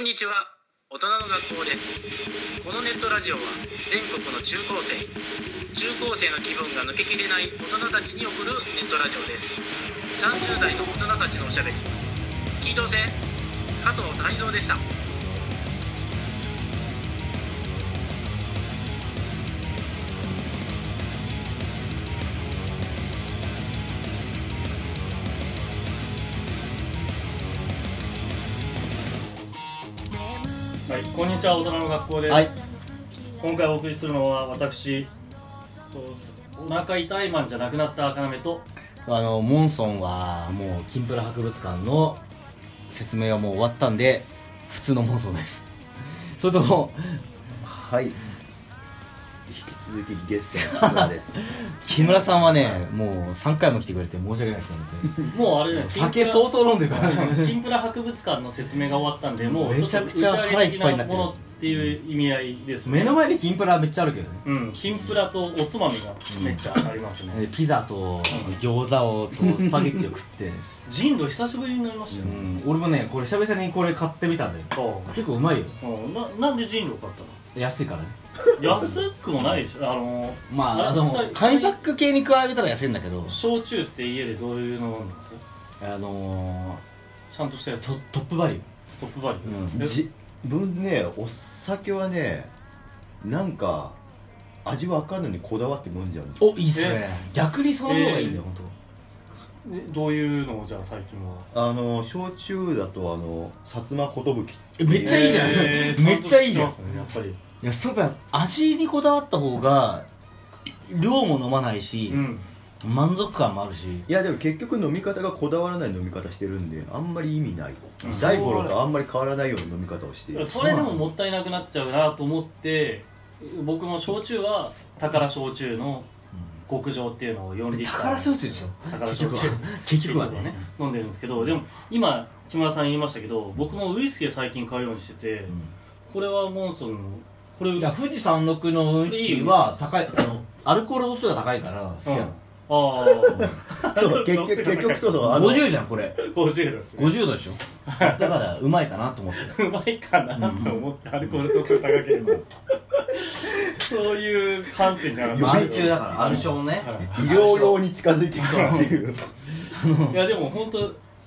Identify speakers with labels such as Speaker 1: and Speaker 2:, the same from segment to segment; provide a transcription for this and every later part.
Speaker 1: んにちは大人の学校ですこのネットラジオは全国の中高生中高生の気分が抜けきれない大人たちに送るネットラジオです30代の大人たちのおしゃべり聞いとせ加藤泰造でした
Speaker 2: はい、こんにちは大人の学校です、
Speaker 3: はい
Speaker 2: 今回お送りするのは私お腹痛いマンじゃなくなった要と
Speaker 3: あのモンソンはもう金プラ博物館の説明はもう終わったんで普通のモンソンです それとも
Speaker 4: はい引き続きゲストの木村です
Speaker 3: 木村さんはねもう3回も来てくれて申し訳ないですね本当に
Speaker 2: もうあれだよ
Speaker 3: もう 酒相当飲んでるからね
Speaker 2: 金プラ博物館の説明が終わったんでもう
Speaker 3: めちゃくちゃ
Speaker 2: ょっと打上げ的
Speaker 3: 腹いっぱいになってる
Speaker 2: ものっていう意味合いです
Speaker 3: 目の前に金プラめっちゃあるけどね
Speaker 2: うん金プラとおつまみがめっちゃありますね、
Speaker 3: でピザと餃子を とスパゲッティを食って、
Speaker 2: 人類久しぶりになりましたよ
Speaker 3: う
Speaker 2: ね、
Speaker 3: ん、俺もねこれ久々にこれ買ってみたんだよ
Speaker 2: そう
Speaker 3: 結構うまいよ
Speaker 2: うんななんで人類買っ
Speaker 3: 安いからね
Speaker 2: たの安くもないでしょあのー
Speaker 3: まあ
Speaker 2: あ
Speaker 3: あ
Speaker 2: れ
Speaker 3: の
Speaker 2: 二人
Speaker 3: 紙パック系に比べたら安いんだけど
Speaker 2: 焼酎って家でどういうの飲んでます
Speaker 3: あの
Speaker 2: ちゃんとしたや
Speaker 3: ー
Speaker 2: つ
Speaker 3: トトップバリュー
Speaker 2: トップバリュー、
Speaker 3: うん
Speaker 2: え
Speaker 4: 自分ねお酒はねなんか味わかんないのにこだわって飲んじゃうんですよ
Speaker 3: おいいっすね逆にその方がいいんだよ、本
Speaker 2: でどういうのをじゃあ最近は
Speaker 4: あの焼酎だとあの薩摩寿って
Speaker 3: えめっちゃいいじゃん
Speaker 2: えー
Speaker 3: めっちゃいいじゃん
Speaker 2: ちとしてますねやっぱり
Speaker 3: 当いやそういえば味にこだわった方が量も飲まないし、
Speaker 2: うん
Speaker 3: 満足感もあるし
Speaker 4: いやでも結局飲み方がこだわらない飲み方してるんであんまり意味ない
Speaker 2: うん
Speaker 4: 大五郎とあんまり変わらないような飲み方をしてい る
Speaker 2: それでももったいなくなっちゃうなと思って僕も焼酎は宝焼酎の極上っていうのを4リッター
Speaker 3: 宝焼酎でしょ
Speaker 2: 宝焼酎
Speaker 3: 結局は結局はね
Speaker 2: ね飲んでるんですけどでも今木村さん言いましたけど僕もウイスキーを最近買うようにしてて、これはモンソンのこれ
Speaker 3: じゃあ富士山麓のウイスキーは高いあのアルコール度数が高いから好きなの、
Speaker 2: あ あ
Speaker 4: そう結局結局そうそうあの
Speaker 3: 50じゃんこれ
Speaker 2: 50ですね
Speaker 3: 50度でしょだからうまいかなと思って
Speaker 2: うまいかなと思ってアルコール度数高ければそういう観点じゃなかった
Speaker 3: 満中だからアルションね、
Speaker 4: 医療用に近づいてきたっていう
Speaker 2: いやでも本当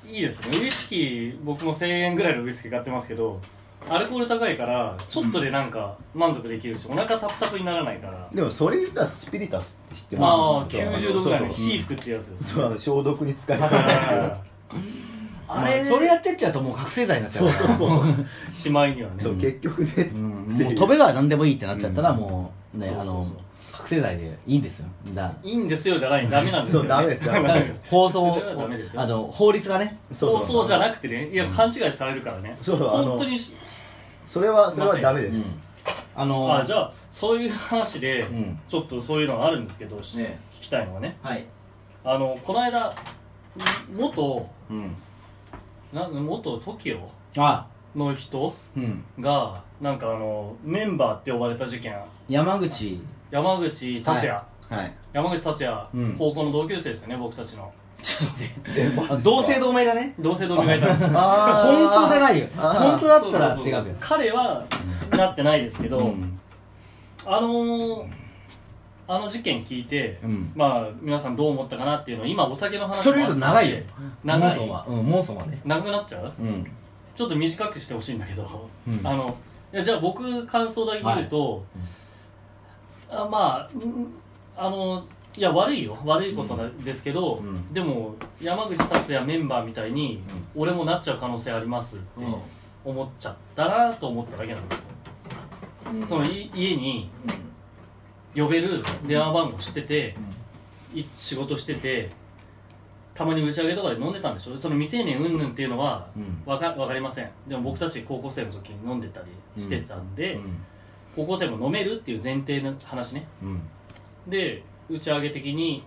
Speaker 2: いいですねウイスキー僕も1000円ぐらいのウイスキー買ってますけどアルコール高いからちょっとでなんか満足できるし、お腹タプタプにならないから
Speaker 4: でもそれ言ったらスピリタスって知って
Speaker 2: ま
Speaker 4: ま
Speaker 2: あ
Speaker 4: す
Speaker 2: 90度ぐらいの
Speaker 4: そうそう
Speaker 2: 火吹くってやつです
Speaker 4: そうあの消毒に使えそう
Speaker 3: あ
Speaker 2: あ
Speaker 3: れ
Speaker 2: れ
Speaker 3: それやってっちゃうともう覚醒剤になっちゃうから
Speaker 2: しまいにはね
Speaker 4: そう結局ね
Speaker 3: うんもう飛べば何でもいいってなっちゃったらもうね
Speaker 4: そう
Speaker 3: あ
Speaker 4: そうそう
Speaker 3: の覚醒剤でいいんですよだ
Speaker 2: いいんですよじゃないダメなんですよ、
Speaker 4: そ
Speaker 2: ね、
Speaker 4: うダメですダメ
Speaker 2: ダ
Speaker 4: で
Speaker 2: メ です
Speaker 3: 放送
Speaker 2: それはダメですよ
Speaker 3: あの法律がね
Speaker 2: そうそうじゃ
Speaker 4: ない
Speaker 2: なくてねいや勘違いされるからね
Speaker 4: そうそうあの
Speaker 2: 本当にし
Speaker 4: それはそれはダメです、
Speaker 3: あの
Speaker 2: あじゃあそういう話で、
Speaker 3: うん
Speaker 2: ちょっとそういうのがあるんですけど、し
Speaker 3: ね
Speaker 2: 聞きたいのはね
Speaker 3: はい
Speaker 2: あのこの間元
Speaker 3: うん
Speaker 2: なん元 TOKIO
Speaker 3: あ
Speaker 2: の人
Speaker 3: うん
Speaker 2: がなんかあのメンバーって呼ばれた事件
Speaker 3: 山口
Speaker 2: 山口達也、
Speaker 3: はい
Speaker 2: 山口達也、
Speaker 3: うん
Speaker 2: 高校の同級生ですよね僕たちの
Speaker 3: ちょっと待っ
Speaker 4: えマジ
Speaker 3: て
Speaker 4: っすか
Speaker 3: 同姓同名だね
Speaker 2: 同姓同名がいたんです
Speaker 3: 本当じゃ
Speaker 4: い
Speaker 3: ないよ
Speaker 4: あー
Speaker 3: 本当だったら
Speaker 2: そう
Speaker 3: 違
Speaker 2: そう
Speaker 3: け
Speaker 2: そう彼はなってないですけど、
Speaker 3: どうん
Speaker 2: あのー、あの事件聞いて、
Speaker 3: うん
Speaker 2: まあ皆さんどう思ったかなっていうのを今お酒の話も
Speaker 3: それ言うと長いよモ
Speaker 2: 長
Speaker 3: ンソン
Speaker 2: い
Speaker 3: はうんモンソンはね
Speaker 2: 長くなっちゃう
Speaker 3: うん
Speaker 2: ちょっと短くしてほしいんだけど、
Speaker 3: うん
Speaker 2: あのいやじゃあ僕感想だけ言うと、あまあうんあのいや悪いよ悪いことなですけど、
Speaker 3: うん
Speaker 2: でも山口達也メンバーみたいに、俺もなっちゃう可能性ありますって思っちゃったなと思っただけなんですよ、そのい家に呼べる電話番号知ってて、い仕事しててたまに打ち上げとかで飲んでたんでしょその未成年云々っていうのは
Speaker 3: うん
Speaker 2: わかわかりませんでも僕たち高校生の時に飲んでたりしてたんで、
Speaker 3: うん
Speaker 2: 高校生も飲めるっていう前提の話ね
Speaker 3: うん
Speaker 2: で打ち上げ的に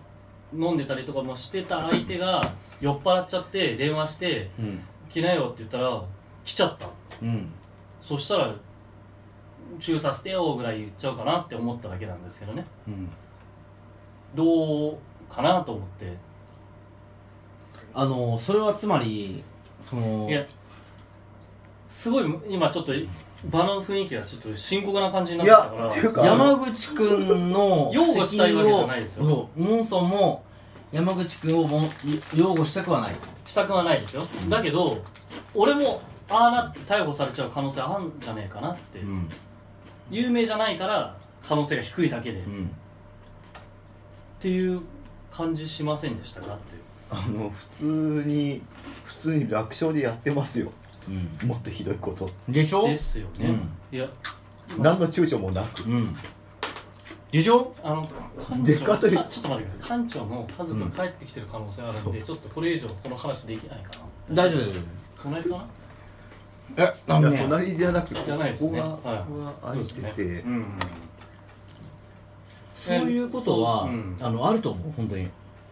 Speaker 2: 飲んでたりとかもしてた相手が酔っ払っちゃって電話して
Speaker 3: うん
Speaker 2: 「来なよ」って言ったら「来ちゃった」
Speaker 3: うん
Speaker 2: そしたら「中させてよ」ぐらい言っちゃうかなって思っただけなんですけどね
Speaker 3: うん
Speaker 2: どうかなと思って
Speaker 3: あのそれはつまりその
Speaker 2: いやすごい今ちょっと場の雰囲気がちょっと深刻な感じになっ
Speaker 4: い
Speaker 2: てきた
Speaker 4: や
Speaker 2: から
Speaker 4: っていうか
Speaker 3: 山口くんの
Speaker 2: 擁護したいわけじゃないですよ
Speaker 3: そうモンソンも山口くんをも擁護したくはない
Speaker 2: したくはないですよだけど俺もああなって逮捕されちゃう可能性あるんじゃねえかなって、
Speaker 3: うん
Speaker 2: 有名じゃないから可能性が低いだけで、
Speaker 3: う
Speaker 2: っ
Speaker 3: ん
Speaker 2: ていう感じしませんでしたかっていう
Speaker 4: あの普通に普通に楽勝でやってますよ
Speaker 3: うん
Speaker 4: もっとひどいこと
Speaker 3: でしょ
Speaker 2: ですよね、
Speaker 3: うん
Speaker 2: いや
Speaker 4: 何の躊躇もなく
Speaker 3: うんでしょ
Speaker 2: あの
Speaker 4: で
Speaker 2: 館長
Speaker 4: かとい
Speaker 2: あちょっと待ってください館長の家族が帰ってきてる可能性あるんで、ちょっとこれ以上この話できないかな
Speaker 3: 大丈夫大丈
Speaker 2: 隣かな
Speaker 3: 夫えないん
Speaker 4: や
Speaker 3: で
Speaker 4: 隣じゃなくてこ
Speaker 2: じゃないです
Speaker 4: こ
Speaker 2: ね
Speaker 4: が
Speaker 2: はい
Speaker 4: ここが空いてて
Speaker 2: うん
Speaker 3: そういうことは、
Speaker 2: そううん
Speaker 3: あのあると思う本当に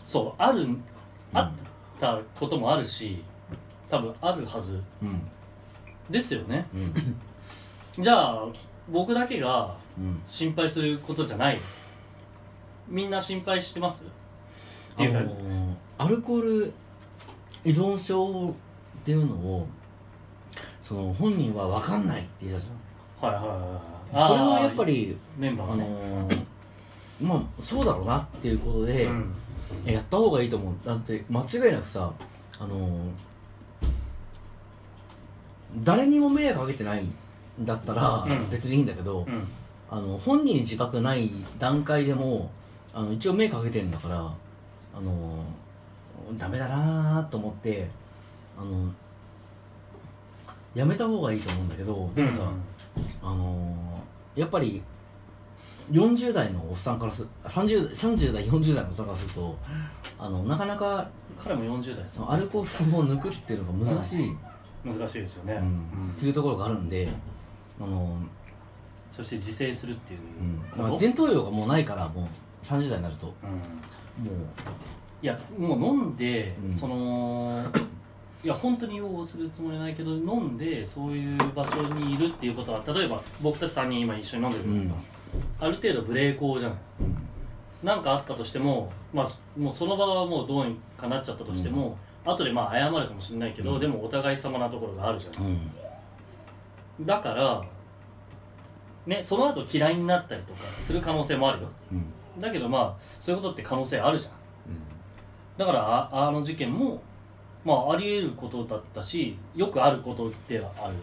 Speaker 2: そうあるあったこともあるし多分あるはず
Speaker 3: うん
Speaker 2: ですよね
Speaker 3: うん
Speaker 2: じゃあ僕だけが
Speaker 3: うん
Speaker 2: 心配することじゃないみんな心配してますって
Speaker 3: あ
Speaker 2: いうか
Speaker 3: のーアルコール依存症っていうのをその本人は分かんないって言ってたじ
Speaker 2: はいはいはい
Speaker 3: ゃん
Speaker 2: い
Speaker 3: それはやっぱり
Speaker 2: メン
Speaker 3: あ
Speaker 2: バーがね、
Speaker 3: のー まあそうだろうなっていうことで、
Speaker 2: うん
Speaker 3: やった方がいいと思うだって間違いなくさあのー誰にも迷惑かけてないんだったら
Speaker 2: うん
Speaker 3: 別にいいんだけど、
Speaker 2: うん
Speaker 3: あの本人に自覚ない段階でもあの一応目かけてるんだからあのダメだなーと思ってあのやめた方がいいと思うんだけどでもさ、あのやっぱり40代のおっさんからす 30, 30代40代のおっさんからするとあのなかなか
Speaker 2: 彼も40代です
Speaker 3: そのアルコールを抜くっていうのが難しい、
Speaker 2: 難しいですよね、
Speaker 3: う
Speaker 2: うんん
Speaker 3: っていうところがあるんで、あの
Speaker 2: そして自制するっていうこと、
Speaker 3: まあ、前頭葉がもうないからもう30代になるとも
Speaker 2: うん
Speaker 3: う。
Speaker 2: いやもう飲んで、
Speaker 3: うん
Speaker 2: そのいや本当に擁護するつもりないけど飲んでそういう場所にいるっていうことは例えば僕たち3人今一緒に飲んでるじゃないですか、ある程度無礼講じゃないなんかあったとしても,、まあ、もうその場はもうどうにかなっちゃったとしても、後でまあ謝るかもしれないけど、
Speaker 3: うん
Speaker 2: でもお互い様なところがあるじゃないですか
Speaker 3: うん
Speaker 2: だからねその後嫌いになったりとかする可能性もあるよ
Speaker 3: うん
Speaker 2: だけどまあそういうことって可能性あるじゃんだからああの事件も、まあ、あり得ることだったしよくあることではある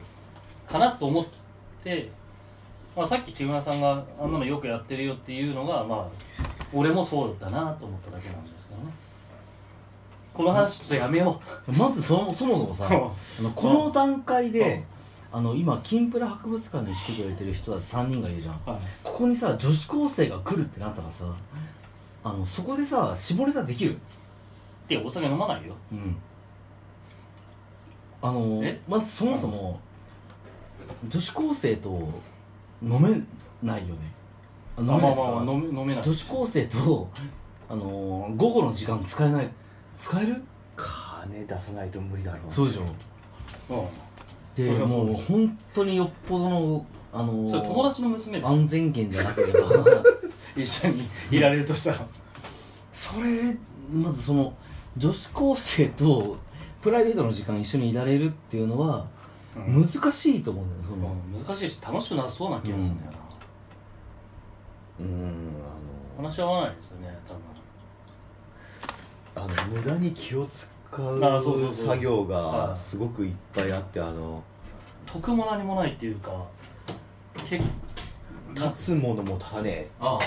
Speaker 2: かなと思って、まあ、さっき木村さんがあんなのよくやってるよっていうのが、まあ、俺もそうだなと思っただけなんですけどねこの話ちょっとやめよ
Speaker 3: まずそもそもそも
Speaker 2: う
Speaker 3: さあのこの段階
Speaker 2: うん
Speaker 3: であの今キンプラ博物館に来てくれてる人たち3人がいるじゃん
Speaker 2: はい
Speaker 3: ここにさ女子高生が来るってなったらさあのそこでさ絞れたできる
Speaker 2: でお酒飲まないよ
Speaker 3: うんあの
Speaker 2: え
Speaker 3: まずそもそも女子高生と飲めないよねあ飲
Speaker 2: まあ
Speaker 3: め
Speaker 2: まあ
Speaker 3: ないっていうか
Speaker 2: まあ飲め飲めない
Speaker 3: 女子高生とあの午後の時間使えない使える
Speaker 4: 金出さないと無理だろう
Speaker 3: そうでしょ
Speaker 2: うん
Speaker 3: で
Speaker 2: それはそう
Speaker 3: もう
Speaker 2: です
Speaker 3: 本当によっぽどの、あのー
Speaker 2: それ友達の娘と
Speaker 3: 安全圏じゃなければ
Speaker 2: 一緒にいられるとしたら
Speaker 3: それまずその女子高生とプライベートの時間一緒にいられるっていうのは
Speaker 2: うん
Speaker 3: 難しいと思うんだよその、
Speaker 2: 難しいし楽しくなさそうな気がするんだよな、
Speaker 4: うーん
Speaker 2: 話し合わないですよね多分
Speaker 4: あのあの無駄に気を使
Speaker 2: あそうそう
Speaker 4: う
Speaker 2: そう
Speaker 4: 作業
Speaker 2: は
Speaker 4: が
Speaker 2: い
Speaker 4: すごくいっぱいあってあの
Speaker 2: 得も何もないっていうか結
Speaker 4: 立つものも立たね
Speaker 2: あ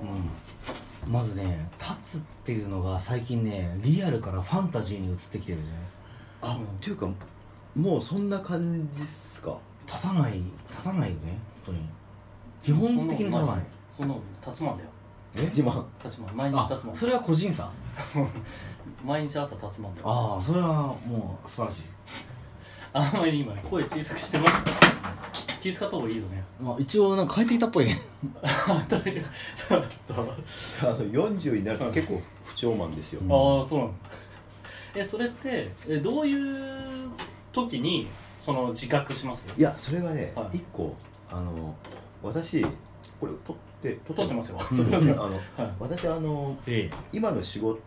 Speaker 3: うんまずね立つっていうのが最近ねリアルからファンタジーに移ってきてるね
Speaker 4: えあ
Speaker 2: うん
Speaker 4: っていうかもうそんな感じっすか
Speaker 3: 立たない立たないよね本当に基本的に立たない
Speaker 2: その立つまんだよ
Speaker 4: え自慢
Speaker 2: 立つまん毎日
Speaker 3: あ
Speaker 2: 立つまん
Speaker 3: それは個人差
Speaker 2: 毎日朝立つまんだよ
Speaker 3: ああそれはもう素晴らしい
Speaker 2: あんまり今ね声小さくしてます気使った方がいいよね
Speaker 3: まあ一応なんか変えていたっぽいね
Speaker 2: あトイレあと
Speaker 4: あの40になると結構不調マンですよ、
Speaker 3: うん
Speaker 2: ああそうなんだえそれってえどういう時にその自覚します
Speaker 4: いやそれがね、
Speaker 2: はい
Speaker 4: 一個あの私これ撮って
Speaker 2: 撮ってますよ
Speaker 4: 撮ってますねあの
Speaker 2: はい
Speaker 4: 私あの
Speaker 3: え
Speaker 4: 今の仕事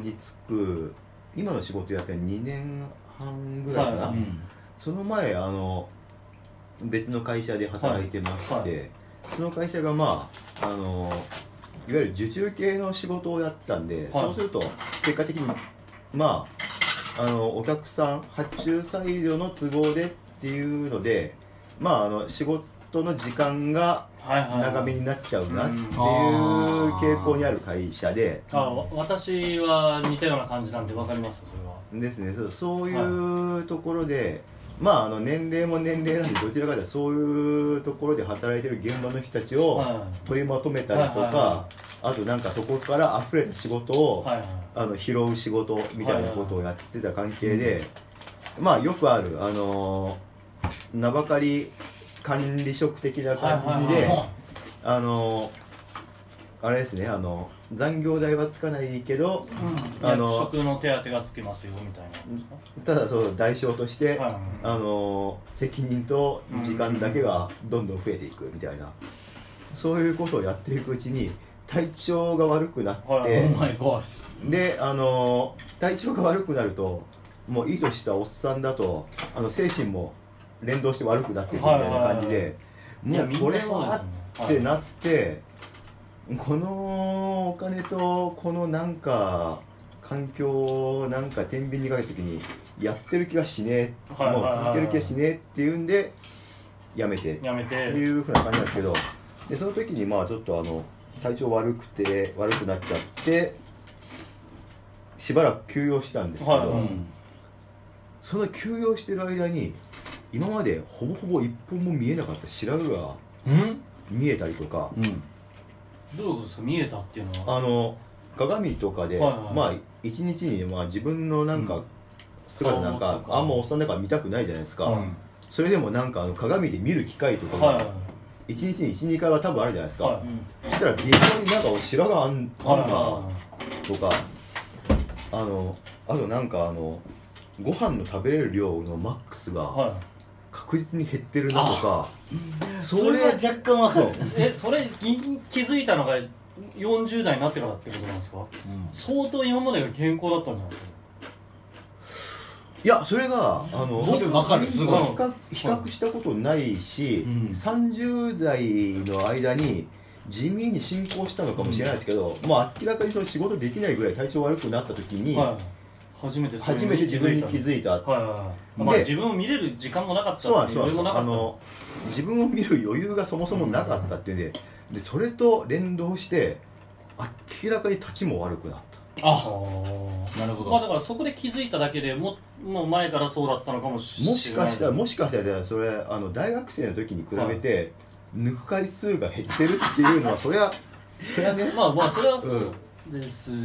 Speaker 4: に就く今の仕事やってる2年半ぐらいかな、
Speaker 2: は
Speaker 3: うん
Speaker 4: その前あの別の会社で働いてまして、
Speaker 2: はいは
Speaker 4: その会社がまああのいわゆる受注系の仕事をやったん
Speaker 2: は
Speaker 4: で、
Speaker 2: い
Speaker 4: そうすると結果的にまああのお客さん発注サイドの都合でっていうのでまああの仕事の時間が
Speaker 2: はいはいはい
Speaker 4: 長めになっちゃうなっていう
Speaker 2: うん
Speaker 4: 傾向にある会社で、
Speaker 2: あわ私は似たような感じなんで分かりますそれは
Speaker 4: ですねそうそういうところで、まああの年齢も年齢なんでどちらかというとそういうところで働いてる現場の人たちを
Speaker 2: は
Speaker 4: 取りまとめたりとか、
Speaker 2: はいはいは
Speaker 4: あとなんかそこから溢れた仕事を、
Speaker 2: いはいはい
Speaker 4: あの拾う仕事みたいなことをやってた関係で、まあよくあるあのー名ばかり管理職的な感じ
Speaker 2: はい
Speaker 4: で、
Speaker 2: はいはいはい
Speaker 4: あのーあれですねあの残業代はつかないけどあの
Speaker 2: 役職の手当がつきますよみたいな
Speaker 4: ただその代償として、
Speaker 2: はいはい
Speaker 4: あの責任と時間だけがどんどん増えていくみたいな、そういうことをやっていくうちに体調が悪くなって、
Speaker 2: はい
Speaker 3: お前ゴッ
Speaker 4: であの体調が悪くなるともういいとしたおっさんだとあの精神も連動して悪くなっていくみたいな感じで、
Speaker 2: いはいはい
Speaker 4: もうこれ
Speaker 2: いやみんな
Speaker 4: は
Speaker 2: そう
Speaker 4: っ
Speaker 2: です
Speaker 4: て
Speaker 2: ね
Speaker 4: なって、このお金とこのなんか環境をなんか天秤にかけた時にやってる気はしねえ、
Speaker 2: はいはいはいはい
Speaker 4: もう続ける気はしねえっていうんでやめて
Speaker 2: やめて
Speaker 4: っていうふうな感じなんですけどでその時にまあちょっとあの体調悪くて悪くなっちゃってしばらく休養したんですけど、
Speaker 2: はいはい
Speaker 3: うん
Speaker 4: その休養してる間に今までほぼほぼ一本も見えなかった白髪が
Speaker 2: うん
Speaker 4: 見えたりとか
Speaker 3: うん
Speaker 2: どういうことですか見えたっていうのは
Speaker 4: あの鏡とかで、
Speaker 2: はいはい
Speaker 4: まあ一日にまあ自分のなん
Speaker 3: う
Speaker 4: か
Speaker 3: ん
Speaker 4: 姿なん
Speaker 2: 顔
Speaker 4: か、
Speaker 2: とか
Speaker 4: あんまおっさんだから見たくないじゃないですか、
Speaker 2: うん
Speaker 4: それでもなんかあの鏡で見る機会とか
Speaker 2: はいはい
Speaker 4: が一日に12回は多分あるじゃないですか、
Speaker 2: は
Speaker 4: そしたら微妙になんかお白があん
Speaker 2: い
Speaker 4: あん
Speaker 2: はいは
Speaker 4: なとかあのあとなんかあのご飯の食べれる量のマックス
Speaker 2: い
Speaker 4: が
Speaker 2: は
Speaker 4: 確実に減ってるなとか
Speaker 3: それは若干わかる
Speaker 4: そう
Speaker 2: いえそれに気づいたのが40代になってからってことなんですか相当今までが健康だったんじゃないですか
Speaker 4: いやそれがあの
Speaker 3: 僕わかるす
Speaker 4: 比
Speaker 3: ごい
Speaker 4: 較比較したことないし、
Speaker 3: うん
Speaker 4: 30代の間に地味に進行したのかもしれないですけど、まあ明らかにその仕事できないぐらい体調悪くなった時に、
Speaker 2: はい初めてそういう
Speaker 4: 初
Speaker 2: の
Speaker 4: めて自分に気
Speaker 2: い
Speaker 4: づいた
Speaker 2: たはいはいはいまあ
Speaker 4: で
Speaker 2: 自分を見れる時間もなかった
Speaker 4: そうなん
Speaker 2: っ
Speaker 4: で
Speaker 2: てい
Speaker 4: すそう
Speaker 2: 余裕も
Speaker 4: な
Speaker 2: なかっ
Speaker 4: んですあ
Speaker 2: た
Speaker 4: の自分を見る余裕がそもそもなかったっていうんで,、でそれと連動して明らかに立ちも悪くなっ
Speaker 3: あ
Speaker 2: あ
Speaker 3: なるほ
Speaker 2: ー
Speaker 3: ど、
Speaker 2: まあだからそこで気づいただけでももう前からそうだったのかもしたれない
Speaker 4: もしかしたらもしかしたらそれあの大学生の時に比べて、抜く回数が減ってるっていうのはそ れはそれはね、
Speaker 2: まあまあそれは
Speaker 4: う、
Speaker 2: そうんですけど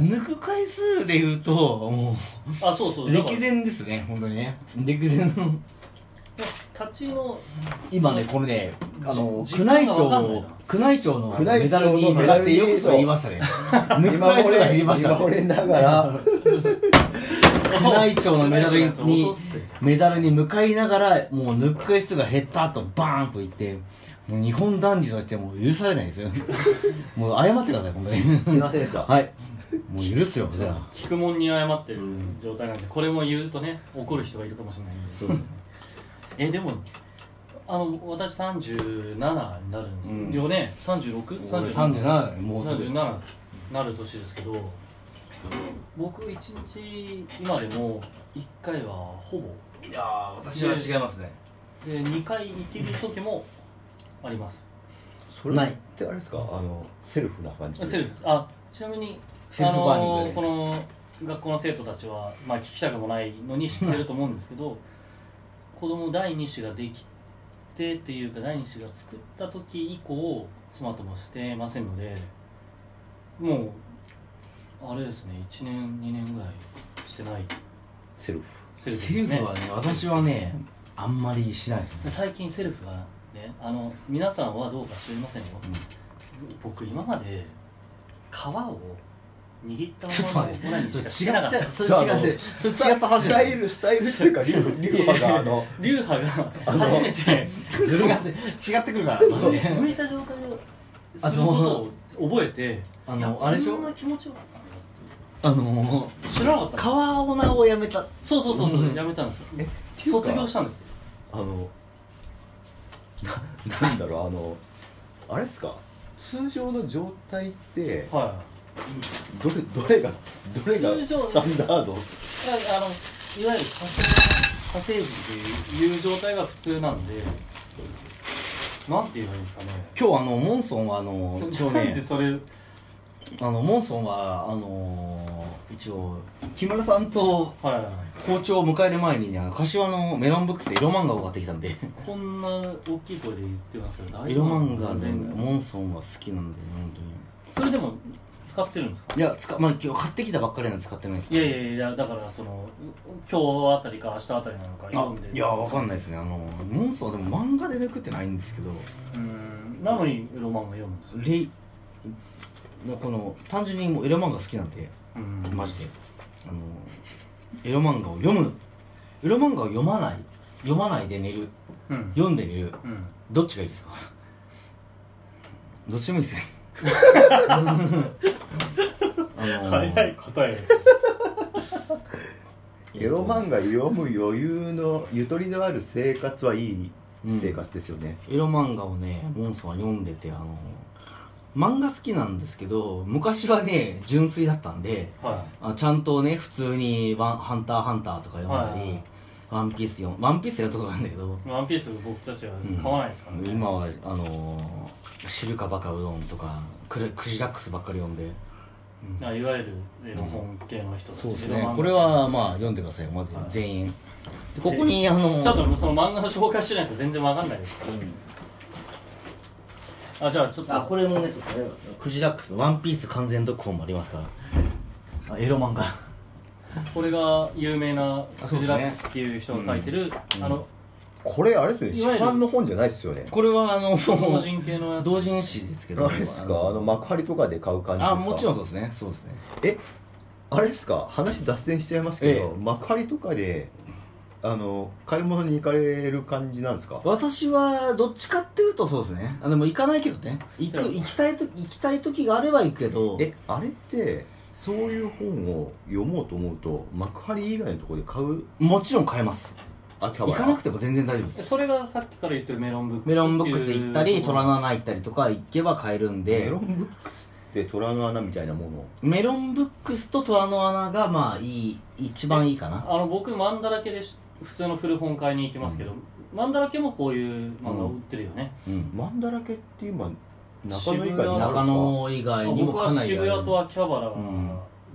Speaker 2: ね
Speaker 3: 抜く回数で言うとも
Speaker 2: あそうそううだから
Speaker 3: 歴然ですね本当にね歴然の
Speaker 2: 立ちの
Speaker 3: 今ねこのねあの
Speaker 2: じ
Speaker 3: 宮内
Speaker 2: 時間
Speaker 3: 庁
Speaker 2: がわかんないな
Speaker 3: の宮内庁のあの
Speaker 4: 宮内
Speaker 3: メダル
Speaker 4: 庁
Speaker 3: に
Speaker 4: の
Speaker 3: メ
Speaker 4: メ
Speaker 3: ダ
Speaker 4: ダ
Speaker 3: ルって
Speaker 4: ルに
Speaker 3: よくそれ言いましたね抜く
Speaker 4: 今
Speaker 3: 回数が減
Speaker 4: 俺
Speaker 3: りました
Speaker 4: 今
Speaker 3: ね
Speaker 4: 俺ながら
Speaker 3: 宮内庁のメダルに
Speaker 2: そ
Speaker 3: メダルに向かいながらもう抜く回数が減ったとバーンと言ってもう日本男児としてもう許されないですよもう謝ってください本当に
Speaker 4: すいませんでした、
Speaker 3: はいもう許すよそれは
Speaker 2: 聞くもんに謝ってる状態なんでこれも言うとね怒る人がいるかもしれないんです
Speaker 4: そう
Speaker 2: えでもあの私37にな
Speaker 3: うん
Speaker 2: るよね 36?37
Speaker 3: 俺37もうすぐ
Speaker 2: 37なる年ですけど僕1日今でも1回はほぼ
Speaker 3: いやー
Speaker 2: 私は違い
Speaker 3: ますね
Speaker 2: で2回行ける時もあります
Speaker 4: それってあれですかあのセルフな感じ
Speaker 2: セルフあちなみに
Speaker 3: セルフバーニング
Speaker 2: あの
Speaker 3: で
Speaker 2: この学校の生徒たちは、まあ、聞きたくもないのに知ってると思うんですけど 子供第2子ができてっていうか第2子が作った時以降妻ともしてませんのでもうあれですね1年2年ぐらいしてない
Speaker 4: セルフ
Speaker 2: セ
Speaker 3: セ
Speaker 2: ル
Speaker 3: ル
Speaker 2: フですね
Speaker 3: フはね私はねあんまりしないですね
Speaker 2: 最近セルフがねあの皆さんはどうか知りませんよ、僕今まで皮を握った
Speaker 3: ちょっと
Speaker 2: ままの
Speaker 3: 待っ
Speaker 2: オナニー
Speaker 3: そ
Speaker 2: し
Speaker 3: れ
Speaker 2: かし
Speaker 3: 違
Speaker 2: てなか
Speaker 3: う
Speaker 2: っ
Speaker 3: 違う
Speaker 2: た
Speaker 3: それ違うそれ違った話
Speaker 4: スタイルスタイルっていうかリュ ウリュウマがあの
Speaker 2: 流派が初めて
Speaker 3: ずる違って違ってくるからマジで
Speaker 2: 向いた状態をすることを覚えて
Speaker 3: あ
Speaker 2: いや
Speaker 3: のあれでしょ
Speaker 2: こんな気持ちよかったんだって
Speaker 3: あの
Speaker 2: 知らなかった
Speaker 3: 川オナをやめた
Speaker 2: そうそうそうそううんやめたんですよ
Speaker 4: えていうか
Speaker 2: 卒業したんですよ
Speaker 4: あのななんだろうあのあれっすか通常の状態って
Speaker 2: は
Speaker 4: どれどれがどれが
Speaker 2: 通常
Speaker 4: スタンダード
Speaker 2: いいやあのいわゆる火星火星人っていう状態が普通なんでなんて言えばいいんですかね
Speaker 3: 今日あのモンソンはあの一応
Speaker 2: なんで
Speaker 3: ね
Speaker 2: それ
Speaker 3: あのモンソンはあの一応木村さんと
Speaker 2: は
Speaker 3: 校長を迎える前にねあの柏のメロンブックスで色漫画を買ってきたんで
Speaker 2: いこんな大きい声で言ってますけど大
Speaker 3: 色漫画で
Speaker 2: 全部
Speaker 3: モンソンは好きなんで本当に
Speaker 2: それでも使ってるんですか
Speaker 3: いやつかまあ今日買ってきたばっかりなんで使ってないです
Speaker 2: いやいやいやだからその今日あたりか明日あたりなのか読
Speaker 3: あ
Speaker 2: んで
Speaker 3: いやわかんないですねあのモンソンはでも漫画で出くってないんですけど
Speaker 2: うんなのにロマンを読むんですよ
Speaker 3: レイこの単純にもうエロ漫画好きなんで
Speaker 2: うん
Speaker 3: マジであのエロ漫画を読むエロ漫画を読まない読まないで寝る
Speaker 2: うん
Speaker 3: 読んで寝る
Speaker 2: うん
Speaker 3: どっちがいいですかどっちでもい いですねあの
Speaker 2: 早い答え
Speaker 4: エロ漫画読む余裕のゆとりのある生活はいい生活ですよね、
Speaker 3: エロ漫画をねモンソンは読んでてあの漫画好きなんですけど昔はね純粋だったんで
Speaker 2: は
Speaker 3: あちゃんとね普通にワン「ハンターハンター」とか読んだり「
Speaker 2: はい
Speaker 3: ワンピース読ん「ワンピースやったことなんだけど、
Speaker 2: いワンピース僕たちは買わないですからね、
Speaker 3: 今はあのー「知るかバカうどん」とかクレ「クジラックス」ばっかり読んで
Speaker 2: あいわゆるエロ本系の人たち
Speaker 3: そうです
Speaker 2: エロ
Speaker 3: ね
Speaker 2: 漫画
Speaker 3: これはまあ読んでくださいまず
Speaker 2: はい
Speaker 3: 全員、でここにあのー
Speaker 2: ちょっとその漫画の紹介しないと全然わかんないですあじゃあちょっと
Speaker 3: あこれもねそうですねクジラックスの「ワンピース完全読本」もありますからあエロ漫画
Speaker 2: これが有名な
Speaker 3: あそう
Speaker 2: クジ
Speaker 3: ですね
Speaker 2: ラックスっていう人が書いてる、あの
Speaker 4: これあれですよね
Speaker 2: い
Speaker 4: 市
Speaker 2: わゆる
Speaker 4: 販の本じゃないですよね
Speaker 3: これはあの
Speaker 2: 同人系のやつ
Speaker 3: 同人誌ですけど
Speaker 4: あれですかあの幕張とかで買う感じです
Speaker 3: あ
Speaker 4: か
Speaker 3: もちろんそうですねそうですね
Speaker 4: えあれですか話脱線しちゃいますけど、
Speaker 3: ええ
Speaker 4: 幕張とかであの買い物に行かれる感じなんですか
Speaker 3: 私はどっちかっていうとそうですねあでも行かないけどね行く
Speaker 2: でも
Speaker 3: 行きたいと行きたい時があれば行くけど
Speaker 4: えあれってそういう本を読もうと思うと幕張以外のところで買う
Speaker 3: もちろん買えます
Speaker 4: 秋葉
Speaker 3: 行
Speaker 4: 原
Speaker 3: かなくても全然大丈夫です
Speaker 2: それがさっきから言ってるメロンブックス
Speaker 3: メロンブックスで行ったり
Speaker 2: ト
Speaker 3: 虎の穴行ったりとか行けば買えるん
Speaker 4: メ
Speaker 3: で
Speaker 4: ロンブックスって虎の穴みたいなもの
Speaker 3: メロンブックスと虎の穴がまあいい一番いいかな
Speaker 2: あの僕漫だらけでし普通の古本買いに行きますけど、漫だらけもこういう漫画売ってるよね、
Speaker 3: うん
Speaker 4: マンダラケって今中野以外にあるんですか
Speaker 3: 中野以外にも
Speaker 2: 僕
Speaker 3: か
Speaker 2: は
Speaker 3: なり
Speaker 2: 渋谷と
Speaker 3: ある
Speaker 2: 秋葉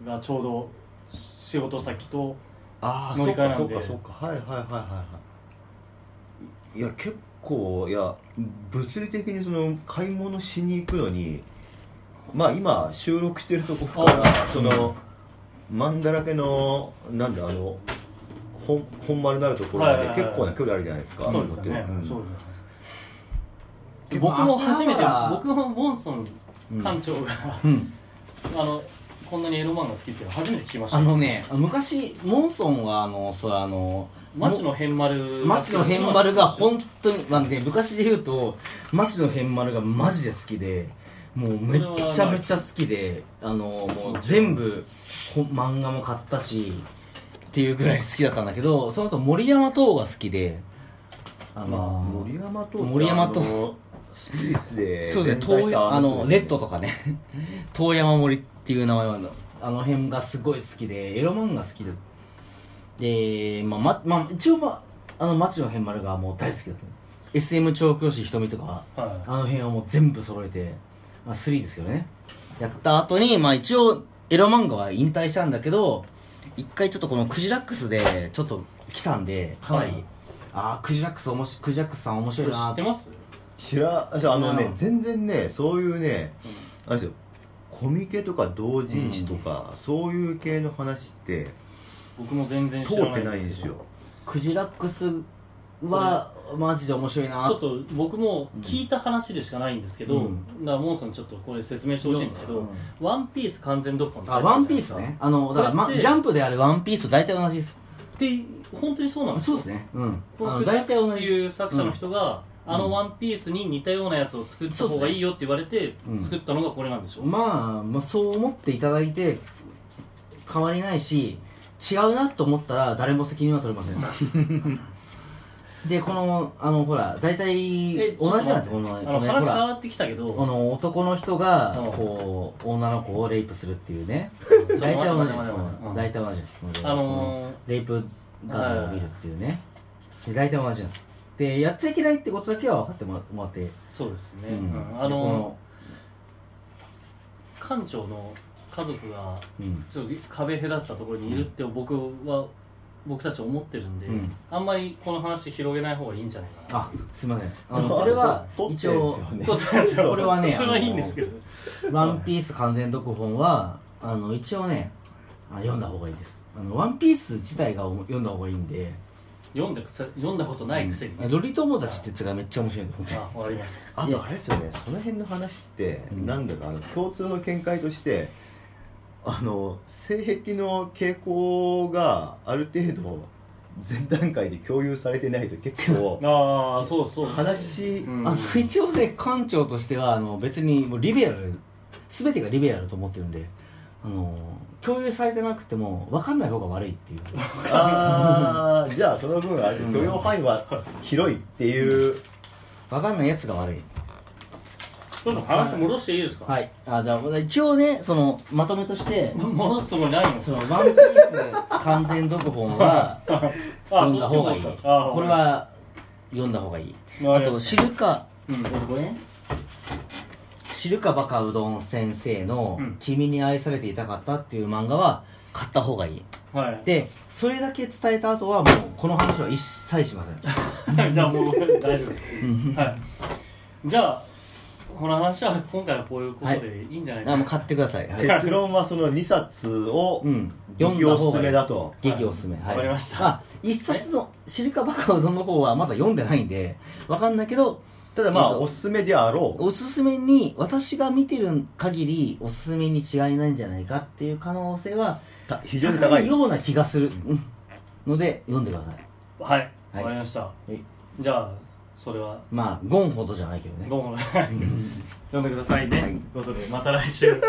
Speaker 2: 原がちょうど仕事先と
Speaker 4: ああ
Speaker 2: 乗
Speaker 4: そ
Speaker 2: り
Speaker 4: っ
Speaker 2: 換え
Speaker 4: か
Speaker 2: な
Speaker 4: そ
Speaker 2: ん
Speaker 4: っ
Speaker 2: で
Speaker 4: かそっかはいはいはいはいはいいや結構いや物理的にその買い物しに行くのにまあ今収録してるとこから
Speaker 2: あ
Speaker 4: そのマンだらけのなんだあの本本丸なるところま
Speaker 2: はい
Speaker 4: で
Speaker 2: はいはい
Speaker 4: 結構な距離あるじゃないですか
Speaker 2: そうですよね、
Speaker 4: う
Speaker 2: そ
Speaker 4: ん
Speaker 2: うですよね
Speaker 3: でも
Speaker 2: 僕も初め
Speaker 3: 秋
Speaker 2: て
Speaker 3: 葉原
Speaker 2: 僕もモンソン館長が、
Speaker 3: うん
Speaker 2: あのこんなにエロ漫画好きっていうの初めて聞きました
Speaker 3: あのね昔モンソンはあのそれあの
Speaker 2: 町の変丸が好き
Speaker 3: 町の変丸が本当になんで昔で言うと町の変丸がマジで好きでもうめっちゃめちゃ好きであのもう全部ほ漫画も買ったしっていうぐらい好きだったんだけどその後森山塔が好きであの
Speaker 4: 森山と
Speaker 3: 森山と
Speaker 4: あのスピリッツで
Speaker 3: そうですね
Speaker 4: 連
Speaker 3: 遠
Speaker 4: 帯した
Speaker 3: あのレッド
Speaker 4: か
Speaker 3: とかね 遠山森っていう名前はあのあの辺がすごい好きでエロ漫画好きでで、まあままあ、一応、まあ、あの町の辺丸がもう大好きだった SM 調教師瞳とか
Speaker 2: は
Speaker 3: あの辺はもう全部揃えて、まあ、3ですけどねやった後にまあ一応エロ漫画は引退したんだけど一回ちょっとこのクジラックスでちょっと来たんでかなり、
Speaker 2: はい
Speaker 3: ああクジラックスおもしクジラックスさん面
Speaker 2: い
Speaker 3: 白い
Speaker 2: これ
Speaker 3: な
Speaker 2: 知
Speaker 3: ー
Speaker 2: ってます
Speaker 4: 知らあのね、
Speaker 3: うん
Speaker 4: 全然ねそういうね、あれですよコミケとか同人誌とか、そういう系の話って
Speaker 2: 僕も全然
Speaker 4: 通
Speaker 2: 知
Speaker 4: っ
Speaker 2: らな
Speaker 4: て
Speaker 2: い
Speaker 4: ないん
Speaker 2: ん
Speaker 4: で
Speaker 2: ですすよ
Speaker 4: よ
Speaker 3: クジラックスはマジで面白いな
Speaker 2: ちょっと僕も聞いた話でしかないんですけど、
Speaker 3: うん
Speaker 2: だからモンソンちょっとこれ説明してほしいんですけど、
Speaker 3: うん
Speaker 2: ワンピース完全読本って書い
Speaker 3: あ
Speaker 2: てる
Speaker 3: ワン
Speaker 2: じゃ
Speaker 3: ピ
Speaker 2: ないで
Speaker 3: ース
Speaker 2: すか
Speaker 3: ねあのだから、ま
Speaker 2: これって
Speaker 3: ジャンプであるワンピースと大体同じです
Speaker 2: って本当にそうなんです
Speaker 3: そ
Speaker 2: よ
Speaker 3: うですねうん
Speaker 2: こ
Speaker 3: あ
Speaker 2: の
Speaker 3: の
Speaker 2: クジラ
Speaker 3: 大
Speaker 2: ック
Speaker 3: 体同
Speaker 2: スって
Speaker 3: じ
Speaker 2: い
Speaker 3: で
Speaker 2: う
Speaker 3: す
Speaker 2: 作者の人が、あのワンピースに似たようなやつを作った方がいいよって言われて
Speaker 3: うん
Speaker 2: 作ったのがこれなんでしょう、
Speaker 3: まあ、まあそう思っていただいて 変わりないし違うなと思ったら誰も責任は取れませんでこのあのほら大体
Speaker 2: え
Speaker 3: 同じなんです
Speaker 2: ち
Speaker 3: よこ
Speaker 2: ょっと待ってあ
Speaker 3: のこ
Speaker 2: の話
Speaker 3: ねほ
Speaker 2: 変
Speaker 3: ら
Speaker 2: わってきたけど
Speaker 3: この男の人が
Speaker 2: うん
Speaker 3: こう女の子をレイプするっていうね
Speaker 2: ちょっと
Speaker 3: 大体同じ
Speaker 2: 待って待って待って
Speaker 3: そう大体同じです
Speaker 2: あのー
Speaker 3: レイプ画像を見るっていうねで大体同じなんですでやっちゃいけないってことだけは分かってもらもらって、
Speaker 2: そうですね、
Speaker 3: う
Speaker 2: う
Speaker 3: ん
Speaker 2: んあの館長の家族が
Speaker 3: このうん
Speaker 2: ちょっと壁隔ったところにいるって僕は僕たち思ってるんで、
Speaker 3: うん
Speaker 2: あんまりこの話広げない方がいいんじゃないかな
Speaker 3: あすいません あの これは一応
Speaker 2: そう そう そう
Speaker 3: これはね
Speaker 2: これはいいんですけど
Speaker 3: 「ワンピース完全読本はあの一応ねあ読んだ方がいいです「あのワンピース自体が読んだ方がいいんで
Speaker 2: 読んだくせ読んだことないくせに、
Speaker 3: うんロリ友達ってやつがめっちゃ面白いんだ本当に
Speaker 2: あわかりまし
Speaker 4: あとあれですよねその辺の話って
Speaker 3: うん
Speaker 4: なんだかあの共通の見解としてあの性癖の傾向がある程度前段階で共有されてないと結構
Speaker 2: たああそうそう
Speaker 4: 話
Speaker 2: うん
Speaker 3: あの 一応ね館長としてはあの別にもうリベラル全てがリベラルと思ってるんであの共有されてなくても分かんない方が悪い っていう
Speaker 4: ああじゃあその分あれです許容範囲は広いっていう
Speaker 3: 分かんないやつが悪い
Speaker 2: ちょっと話戻していいですか、
Speaker 3: はいあじゃあ一応ねそのまとめとして
Speaker 2: も戻すつもりないの
Speaker 3: その「ワンピース完全読本は 読んだ方がいい
Speaker 2: そ
Speaker 3: こ
Speaker 2: っちもあ
Speaker 3: れは読んだ方がいい
Speaker 2: わ
Speaker 3: あ
Speaker 2: かりま
Speaker 3: と「
Speaker 2: し
Speaker 3: 知るか
Speaker 2: うん」
Speaker 3: これね「知るかバカうどん先生の
Speaker 2: うん
Speaker 3: 君に愛されていたかった」っていう漫画は買った方がいい
Speaker 2: はい
Speaker 3: でそれだけ伝えた後はもうこの話は一切しません
Speaker 2: じゃあもう大丈夫ですはいじゃあこの話は今回はこういうことでいいんじゃないか
Speaker 3: あ
Speaker 2: な、
Speaker 3: もう買ってください、はい
Speaker 4: 結論はその2冊を
Speaker 3: うん
Speaker 4: 激おすすめだと
Speaker 3: 激おすすめ、はい
Speaker 2: わかりました
Speaker 3: あ一冊の「知るかバカうどん」の方はまだ読んでないんでわかんないけど
Speaker 4: ただま
Speaker 3: えっ
Speaker 4: あ
Speaker 3: と
Speaker 4: おすすめであろう
Speaker 3: おすすめに私が見てる限りおすすめに違いないんじゃないかっていう可能性は
Speaker 4: た非常に高い
Speaker 3: ような気がする、うんので読んでください
Speaker 2: はいわ
Speaker 3: はい
Speaker 2: かりました
Speaker 3: い
Speaker 2: じゃあそれは
Speaker 3: まあゴンほどじゃないけどね
Speaker 2: ど うも 読んでくださいね、ということでまた来週